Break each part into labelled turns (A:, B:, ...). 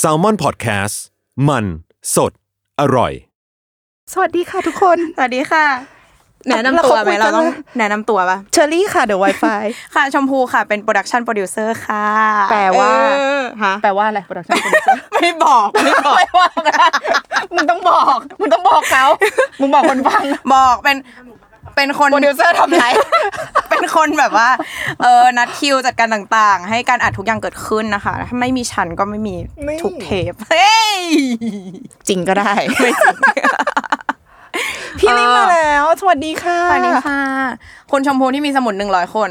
A: s a l ม o n PODCAST มันสดอร่อย
B: สวัสดีค่ะทุกคน
C: สวัสดีค่ะ แนะนำตัวไหมเราต้องแนะนำตัวปะ
B: เชอรี่ค่ะ The Wi-Fi
C: ค่ะ ชมพูค่ะ เป็นโปรดักชันโปรดิวเซอร์ค่ะ
B: แปลว่า
C: เออฮะ
B: แปลว่าอะไร production producer
C: ไม่บอกไม่บอ ก
B: ไม่ว่านะมึงต้องบอก มึงต้องบอกเขา มึงบอกคนฟัง
C: บอกเป็นเป็นคน
B: โปรดิวเซอร์ทำไร
C: เป็นคนแบบว่าเออนัดคิวจัดการต่างๆ ให้การอัดทุกอย่างเกิดขึ้นนะคะถ้าไม่มีฉันก็ไม่มีทุกเทปเฮ้ย
B: จริงก็ได้
C: ไม่จริง
B: พี่ลิง
C: เออ
B: มาแล้ว สวัสดีค่ะ
C: สวัสดีค่ะ คุณชมพูที่มีสมุดหนึ่งร้อยคน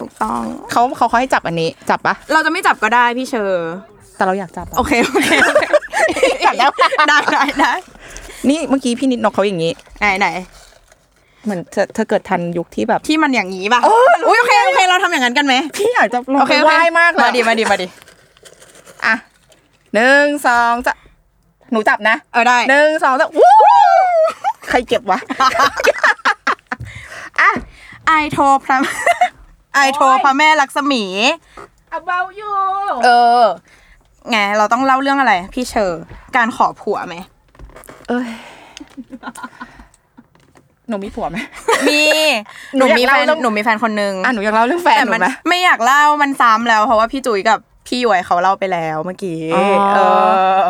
C: ถูกต้อง
B: เขาเขาเขาให้จับอันนี้ จับปะ
C: เราจะไม่จับก็ได้พี่เชอ
B: แต่เราอยากจับอะ
C: โอเคโอเคโอเค
B: จับแล้ว
C: ได้ได้ได้
B: นี่เมื่อกี้พี่นิดนกเขาอย่างนี้
C: ไหนไหน
B: เหมือนเธอเธอเกิดทันยุคที่แบบ
C: ที่มันอย่างนี้ป่ะอุ้ยโอเคโอเคเราทำอย่างนั้นกันไหม
B: พี่อยากจะลง
C: โอเค
B: ไป
C: โอ
B: ไห
C: เค
B: ว้มากเลย
C: มาดิมาดิ มาดิ
B: อ่ะหนึ่งสองจะหนูจับนะ
C: เออได้
B: หนึ่งสองสามวู้ใครเก็บ วะ
C: อะไอโทรพระ ไอโทรพระแม่ลักษมี
B: about you
C: เออ ไง เราต้องเล่าเรื่องอะไร พี่เชอร์การขอผัวไหม
B: เอ้ย หนูมีผัวไหม
C: มี ห
B: หนู
C: นู
B: อยาก
C: มีแฟ
B: เล่าน เรื่อง
C: หนูมีแฟนคนนึง
B: อ่ะหนูอยากเล่าเรื่องแฟน
C: แต่
B: หนู
C: มัน
B: ไหม
C: ไม่อยากเล่ามันซ้ำแล้ว เพราะว่าพี่จุ๋ยกับพี่หยวยเขาเล่าไปแล้วเมื่อกี้
B: อ๋อ
C: เออ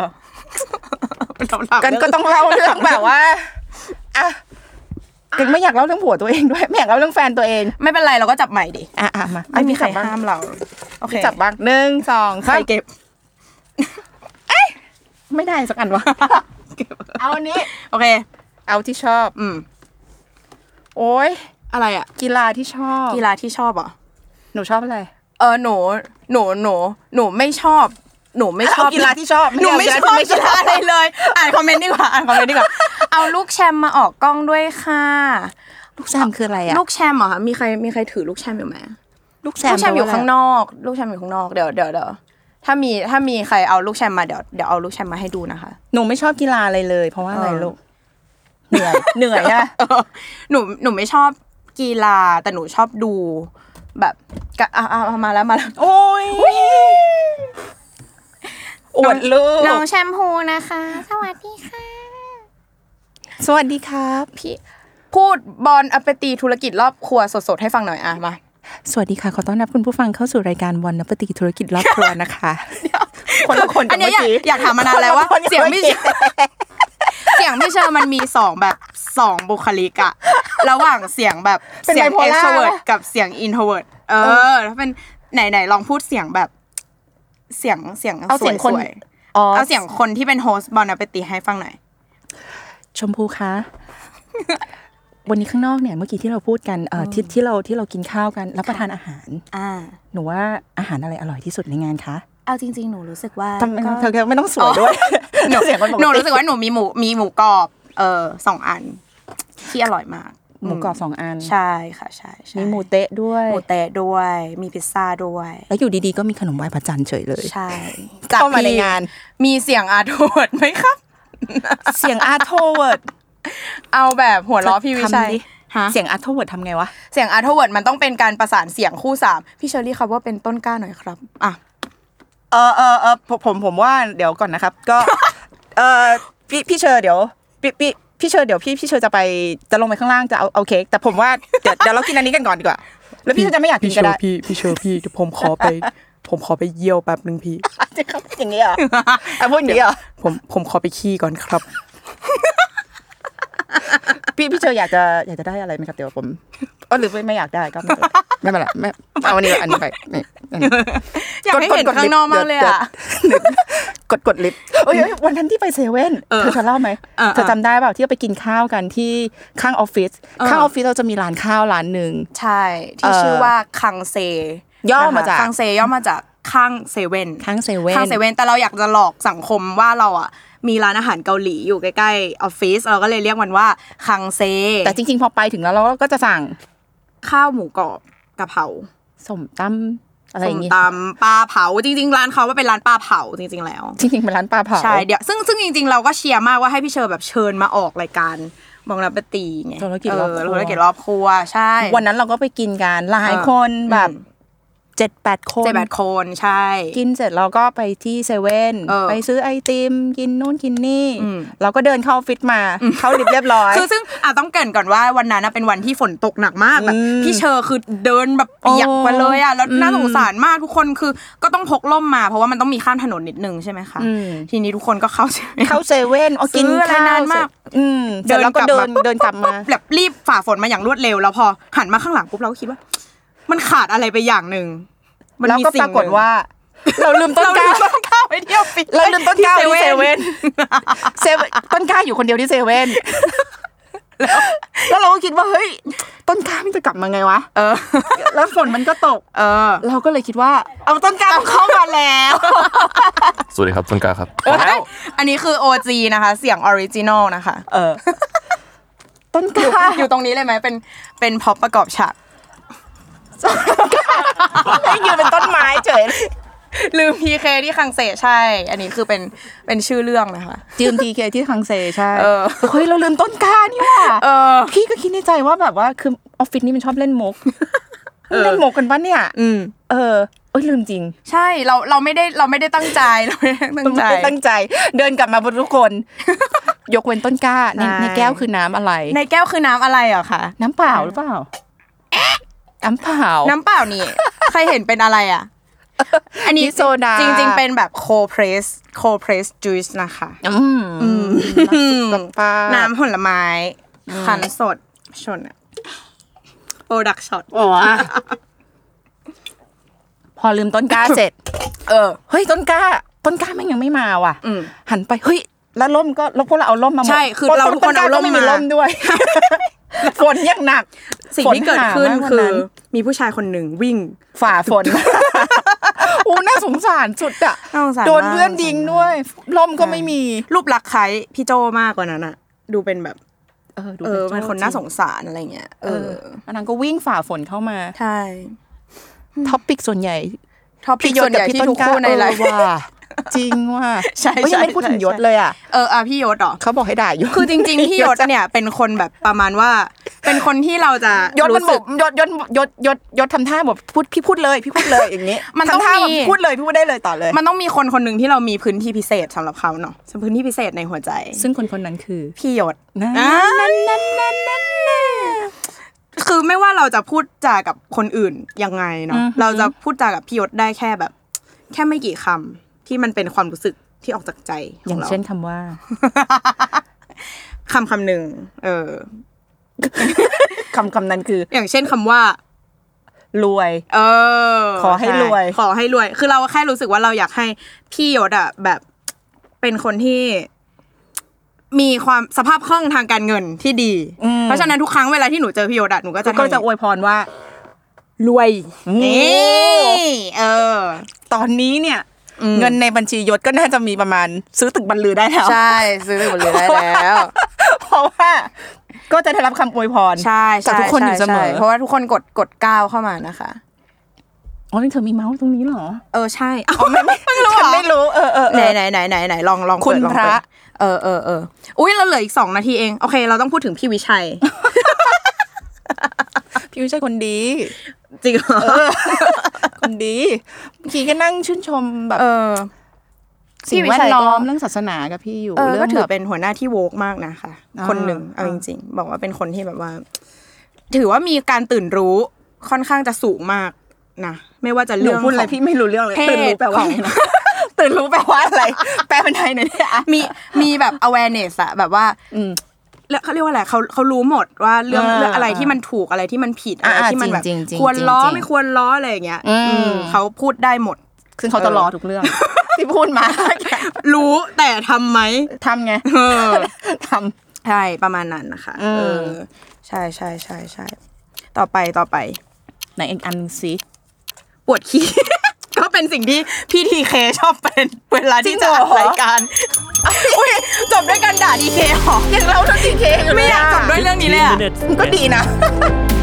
C: เราเล่า
B: กันก็ต้องเล่าเรื่อง แบบว่าอ่ะกันไม่อยากเล่าเรื่องผัวตัวเองด้วย ไม่อยากเล่าเรื่องแฟนตัวเอง
C: ไม่เป็นไรเราก็จับใหม่ดิ
B: อ่ะอ่ะมา
C: ไม่มีใคร
B: จับบ้าง
C: ห้ามเรา โอเค
B: จับบ้างหนึ่งสอง
C: ใค
B: สาร ม
C: เก็บ
B: ไม่ได้สักอันวะเอาอันนี้
C: โอเค
B: เอาที่ชอบ
C: อืม
B: โอ้ย
C: อะไรอ่ะ
B: กีฬาที่ชอบ
C: กีฬาที่ชอบเหรอ่ะ
B: หนูชอบอะไร
C: เออหนูหนูหนูหนูไม่ชอบ หนูไม่ชอบ
B: เากีฬาที่ชอบ
C: หนูไม่ชอบกีฬาอะไรเลย อ่านคอมเมนต์ดีกว่าอ่านคอมเมนต์ดีกว่า เอาลูกแชมมาออกกล้องด้วยค่ะ
B: ลูกแซมคืออะไรอะ
C: ลูกแชมเหรอคะมีใครมีใครถือลูกแชมอยู่ไหม
B: ลูกแซ
C: ลู
B: ม
C: กแชมอยู่ข้างนอก ลูกแชมอยู่ข้างนอกเดี๋ยวเดี๋ยวเดี๋ยวถ้ามีถ้ามีใครเอาลูกแชมมาเดี๋ยวเดี๋ยวเอาลูกแชมมาให้ดูนะคะ
B: หนูไม่ชอบกีฬาอะไรเลย เพราะว่าอะไร
C: เออ
B: ลูกเหนื่อยเหนื่อยอะ
C: เออ หนูหนูไม่ชอบกีฬาแต่หนูชอบดู แบบกะอ่ะอ่ะอ่ะมาแล้วมาแล้ว
B: โอ้ยอวดลูก
C: น้องแชมพูนะคะ สวัสดีค่ะ
B: สวัสดีครับ
C: พี่พูดบอลอปเปตีธุรกิจรอบครัวสดๆ ให้ฟังหน่อยอ่ะมา
B: สวัสดีค่ะ ขอต้อนรับคุณผู้ฟังเข้าสู่รายการวันนับปฏิธุรกิจรอบครัวนะคะ คนละคน
C: อันเนี้ยอยากอยากถามมานานแล้วว่า เสียงพี่เชอเสียงพี่เชอร์มันมีสองแบบสองบุคลิกอะระหว่างเสียงแบบ
B: เป็น
C: เสียง
B: bipolar
C: เอ็กโทรเวิร์ด
B: ปะ
C: กับเสียงอินโทรเวิร์ดเออแล้วเป็นไหนไหนลองพูดเสียงแบบเสียงเสียง
B: เอาเสียงคน
C: วๆ
B: อ๋อ
C: เอาเสียงคนที่เป็นโฮสต์บอลอปเปตีให้ฟังหน่อย
B: ชมพูคะ วันนี้ข้างนอกเนี่ย เมื่อกี้ที่เราพูดกันเอ่อที่ที่เราที่เรากินข้าวกัน รับประทานอาหาร
C: อ่า
B: หนูว่าอาหารอะไรอร่อยที่สุดในงานคะ
C: เอาจริง ๆ หนูรู้สึกว่า
B: ทำไมเธอไม่ต้องสวยด้วย
C: หนู
B: เสียงคนปก
C: หนู
B: ติ
C: รู้สึกว่าหนูมีหมูมีหมูกรอบ เออสองอัน ที่อร่อยมาก
B: หมูกรอบสองอัน
C: ใช่ค่ะใช่ใช่
B: มีหมูเตะด้วย
C: หมูเตะด้วย มีพิซซ่าด้วย
B: แล้วอยู่ดีๆก็มีขนมไหว้พระจันทร์เฉยเลย
C: ใช่
B: เข้ามาในง าน
C: มีเสียงอาร์โทดไหมครับ
B: เสียงอาร์โทเวิร์ด
C: เอาแบบหัวล้อพี่วิชั
B: ทำ
C: ย
B: ดิ
C: ฮะ
B: เสียงอาร์โทเวิร์ดทำไงวะ
C: เสียงอาร์โทเวิร์ดมันต้องเป็นการประสานเสียงคู่สามพี่เชอรี่ครับว่าเป็นต้นกล้าหน่อยครับอ่ะ
B: เออเออเออผมผมผมว่าเดี๋ยวก่อนนะครับ ก็ เออพี่พี่เชอร์เดี๋ยวพี่พี่พี่เชอร์เดี๋ยวพี่พี่เชอร์จะไปจะลงไปข้างล่างจะเอาเอาเค้กแต่ผมว่าเดี๋ยวเดี๋ยวเรากินอันนี้กันก่อนดีกว่า แล้วพี่เชอร์จะไม่อยากกินก็ได้
D: พี่พี่เชอร์พี่เดี๋ยวผมขอไป ผมขอไปเยี่ยวแป๊บหนึ่งพี่
B: อย่างนี้เหรออ่ะพูดอย่างนี้เหรอ
D: ผมผมขอไปขี้ก่อนครับ
B: พี่พี่เชอร์อยากจะอยากจะได้อะไรไหมครับเดี๋ยวผมเออหรือไม่ไม่อยากได้ก็ไม่เป็นไรไม่เป็นไรไม่เอาอันนี้อันนี้ไปนี่อันนี้
C: อยากให้เห็นข้างนอกมากเลย
B: ดี๋ว
C: อ่ะ
B: เดี๋ยว กดกดลิฟต์เอ้ยเอ้ยวันนั้นที่ไปเซเว่นเธอจะเล่าไหม
C: เออเออ
B: เธอจำได้เปล่าที่เราไปกินข้าวกันที่ข้างออฟฟิศ
C: เออ
B: ข้างออฟฟิศเราจะมีร้านข้าวร้านหนึ่ง
C: ใช่ที่
B: เอ่อ
C: ชื่อว่าคังเซ
B: ย่อมาจาก
C: นะคะคังเซย่อมาจากข้างเซเว่น
B: ข้างเซเว่น
C: ข้างเซเว่นแต่เราอยากจะหลอกสังคมว่าเราอ่ะ มีร้านอาหารเกาหลีอยู่ใกล้ๆออฟฟิศเราก็เลยเรียกมันว่าคังเซ
B: แต่จริงๆ พอไปถึงแล้วเราก็จะสั่ง
C: ข้าวหมูกรอบกะเพรา
B: สมตำอะไรอ
C: ส้ม
B: ย่างงี้
C: ตำปลาเผาจริง ๆ ร้านเขาว่าเป็นร้านปลาเผาจริง ๆ แล้ว
B: จริงๆเป็นร้านปลาเผา
C: ใช่เดี๋ยวซึ่งซึ่งจริง ๆ เราก็เชียร์มากว่าให้พี่เชอร์แบบเชิญมาออกรายการมองรับปตีไง
B: ธุรกิจรอบค
C: เออ
B: รั
C: ธุ
B: ว
C: รกิจรอบครัวใช่
B: วันนั้นเราก็ไปกินกันหลาย
C: เออ
B: คนแบบ
E: เจ็ดแปดคน
D: เจ็ดแปดคนใช่
B: กินเสร็จเราก็ไปที่เซเว่น
D: เออ
B: ไปซื้อไอติม กินนู่นกินนี่
D: อืม
B: เราก็เดินเข้าออฟฟิตมาเข้าลิฟต์เรียบร้อย
D: คือซึ่งอ่ะต้องเกรินก่อนว่าวันนั้นน่ะเป็นวันที่ฝนตกหนักมากแบบ
B: อืม
D: พี่เชอคือเดินแบบเปียก
B: โอ้
D: ไปเลยอ่ะแล้วน่า
B: อืม
D: สงสารมากทุกคนคือก็ต้องพกล่มมา เพราะว่ามันต้องมีข้ามถนนนิดนึงใช่ไหมคะ
B: อืม
D: ทีนี้ทุกคนก็เข้าใช่ไหม
B: เข้าเซเว่นเอากิน
D: ซื้ออะไร
B: ข้วน
D: านมาก
B: เสร็จอืมเสร็จแล้วก็เดินเดินกลับมา
D: ปุ๊แบบรีบฝ่าฝนมาอย่างรวดเร็วแล้วพอหันมาข้างหลังปุ๊บเราก็คิดว่า มันขาดอะไรไปอย่างหนึ่งมัน
B: แล้ว
D: มี
B: ก็
D: สิ่ง
B: ปรากฏว่า เราลืมต้น
D: เรา
B: ก
D: ลื
B: ล้า
D: มต้นกล้าไปเที่ยวปี
B: เราลืมต้นกล้าไว้ที่เซเว่น
D: น
B: เซเว่นต้นกล้าอยู่คนเดียวที่เซเว่นแล้วเราก็คิดว่าเฮ้ย ต้นกล้ามันจะกลับมาไงวะ
D: เออ
B: แล้วฝนมันก็ตก
D: เออ
B: เราก็เลยคิดว่า เอาต้นกล้าเข้ามาแล้ว
F: สวัสดีครับต้นกล้าครับ
D: อันนี้คือ OG นะคะ เสียงออริจินอลนะคะ
B: เออ ต้นก
D: อยู่
B: ล้า
D: อยู่ตรงนี้เลยไหมเป็นเป็นพอประกอบฉาก
B: ไม่ยืน เป็นต้นไม้เฉยเลย
D: ลืม PK ที่ฝรังเศสใช่ อันนี้คือเป็นเป็นชื่อเรื่องนะคะ
B: ยืมทีเคที่คังเซใช่
D: เออ
B: เฮ้ยเราลืมต้นกล้านี่ว่ะ
D: เออ
B: พี่ก็คิดในใจว่าแบบว่าคือออฟฟิศนี่มันชอบเล่น มุกเล่นมุกกันปะเนี่ย
D: อืม
B: เออเอ้ยลืมจริง
D: ใช่เราเราไม่ได้เราไม่ได้ตั้งใจเราไม่ได้ตั้งใจ
B: ไม่ได้ตั้งใจ เดินกลับมาบนทุกคน ยกเว้นต้นกล้าใน
D: ใช่
B: ในแก้วคือน้ำอะไร
D: ในแก้วคือน้ำอะไรเหรอคะ
B: น้ำเปล่าหรือเปล่าน้ำเปล่า
D: น้ำเปล่านี่ ใครเห็นเป็นอะไรอ่ะ อันนี้
B: นี่โซดา
D: จริง ๆ เป็นแบบโคเพรสโคเพรสจูสนะคะ
B: อืมน้ำเปล่า
D: น้ำผลไม้ขันสดชนโปรดักช็อต
B: อ๋อพอลืมต้นกล้าเสร็จ
D: เออ
B: เฮ้ยต้นกล้า ต้นกล้าแม่งยังไม่มาว่ะ
D: อืม
B: หันไปเฮ้ยแล้วล่มก็แล้วพวกเราเอาล่มมาหมด
D: ใช่คือ
B: พะ
D: เราทุกคนเอาร่ม
B: ต้นกล้ก็ไม่มี
D: มา
B: ล่ม ด้วย ฝนยังหนัก
D: สิ่งที่เกิดขึ้น
B: ฝหามาก
D: คื
B: วั
D: อมีผู้ชายคนหนึ่งวิ่ง
B: ฝ่าฝน อู้น่าสงสารสุดอะ
D: น่าสงสาร
B: โดนเพื่อน
D: มาก
B: ยิงด้วยล่มก็ไม่มี
D: รูปลักษณ์คล้ายพี่โจมากกว่านั้นอะดูเป็นแบบ
B: เออดู
D: เอ
B: ป็
D: อ
B: โจ
D: เป็นค
B: จ
D: น
B: ริ
D: น่าสงสารอะไรเงี้ย เอ
B: เอ
D: อ
B: อแล้วนางก็วิ่งฝ่าฝนเข้ามา
D: ใช่
B: ท็อปปิกส่วนใหญ่
D: ท็อปพี่ยศกับพี่ทุก
B: ล้า
D: คู่ในไล
B: เออ
D: ฟ์
B: ว่ะจริงว่ะ
D: ใช่
B: เอ้ย
D: ใช่
B: ยังไม่พูดถึง
D: ใช่
B: ยศเลยอ่ะ
D: เอออ่ะพี่ยศเหรอ
B: เขาบอกให้ด่ายศ
D: คือจริง ๆ พี่ยศเนี่ยเป็นคนแบบประมาณว่า เป็นคนที่เราจะ
B: ยศมัน
D: รู้
B: บ
D: สึ
B: อกยศยศยศยศยศทำท่าแบบพูดพี่พูดเลยพี่พูดเลยอย่าง นี้
D: มันต้อง
B: ทำท่า
D: มี
B: แบบพูดเลยพี่พูดได้เลยต่อเลย
D: มันต้องมีคนคนหนึ่งที่เรามีพื้นที่พิเศษสำหรับเขาเนาะพื้นที่พิเศษในหัวใจ
B: ซึ่งคนคนนั้นคือ
D: พี่ยศ
B: นั่น
D: อ่านั่นนั่นนั่นนั่นคือไม่ว่าเราจะพูดจากับคนอื่นยังไงเนาะ เราจะพูดจากับพี่ยศได้แค่แบบ แค่ไม่กี่คำที่มันเป็นความรู้สึกที่ออกจากใจข
B: อ
D: อย่าง งเรา
B: เช่นคำว่า
D: คำคำหนึ่ง เออ
B: คำคำนั้นคือ
D: อย่างเช่นคำว่า
B: รวย
D: เออ
B: ขอให้รวย
D: ช่ขอให้รวย คือเราแค่รู้สึกว่าเราอยากให้พี่ยศอะแบบ เป็นคนที่ มีความสภาพคล่องทางการเงินที่ดี เพราะฉะนั้นทุกครั้งเวลาที่หนูเจอพี่ยศอะหนูก็จะ
B: ก็
D: ให้
B: จะอวยพรว่าร
E: วย
D: นี่เออ
B: ตอนนี้เนี่ย เงินในบัญชียศก็น่าจะมีประมาณ ซื้อตึกบรรลือได้แล้ว
D: ใช่ซื้อไปหมดเลยได้แล้ว
B: เพราะว่าก็จะได้รับคำอวยพร
D: ใช่
B: จาก
D: ใช่
B: ทุกคนอยู่เสม
D: ใช่
B: อ
D: ใช่เพราะ ว่าทุกคนกดกดก้าวเข้ามานะคะ
B: อ๋อนี่เธอมีเมาส์ตรงนี้เหรอ
D: เออใช่เอาไม่ไม่เพิ่งรู้
B: ฉัน
D: เหรอ
B: ไม่รู้เออเออเอ
D: ไหน
B: อ
D: ไหนไหนไหนไหนลองลองเปิด
B: คุณ
D: ลอง
B: พระ
D: เปิดเออเออเอออุ้ยเราเหลืออีกสองนาทีเองโอเค เราต้องพูดถึงพี่วิชัย
B: พี่วิชัยคนดี
D: จริงเหรอ
B: คนดีเมื่อกี้ก็นั่งชื่นชมแบบ
D: เออ
B: สิ่งแว
D: พี่วิชั
B: ด
D: ยก็
B: ล้อมเรื่องศาสนากับพี่อยู่
D: เออ
B: เรื่
D: ก็ถื
B: แบ
D: อบ เป็นหัวหน้าที่โวกมากนะคะ
B: อ่า
D: คนหนึ่งเอา
B: อ่า
D: จริงๆ บอกว่าเป็นคนที่แบบว่า ถือว่ามีการตื่นรู้ค่อนข้างจะสูงมากนะไม่ว่าจะ
B: หนู
D: เรื่อง
B: พูดอะไร
D: ของ
B: พี่ไม่รู้เรื่องเลย
D: เพศ
B: ตื่นรู้แปลว่าอะไรนะ ตื่นรู้แปลว่าอะไร แปลเป็นไทยหน่อยเนี่ยอะ
D: มีมีแบบ awareness อะแบบว่า
B: อืม
D: แล้วเขาเรียกว่าอะไรเขาเขารู้หมดว่าเรื่อง
B: อ่า
D: เรื่องอะไรที่มันถูกอะไรที่มันผิด
B: อ่า
D: อะไรที่มันแบบ
B: จริงๆจริงๆ
D: ควรล้อ
B: จริงๆ
D: ไม่ควรล้ออะไรอย่างเงี้ย
B: อืม
D: อืมเขาพูดได้หมด
B: ซึ่งเขาจะรอทุกเรื่อง ที่พูดมา
D: รู้แต่ทำไหม
B: ทำไง
D: เอ อ
B: ท
D: ใช่ประมาณนั้นนะคะ
B: อืม
D: เออใช่ใช่ใช่ใช่ต่อไปต่อไป
B: ำไหนอีกอันหนึ่งสิ
D: ปวดขี้ ก็เป็นสิ่งที่พี่ทีเคชอบเป็นเวลาที่จะอัดรายการอุ๊ยจบด้วยการด่าทีเคหรอ
B: ยังเล่าเรื่อง TK อยู่เลยอะ
D: ไม่อยากจบด้วยเรื่องนี้เลยอะ
B: ก็ดีนะ
F: 15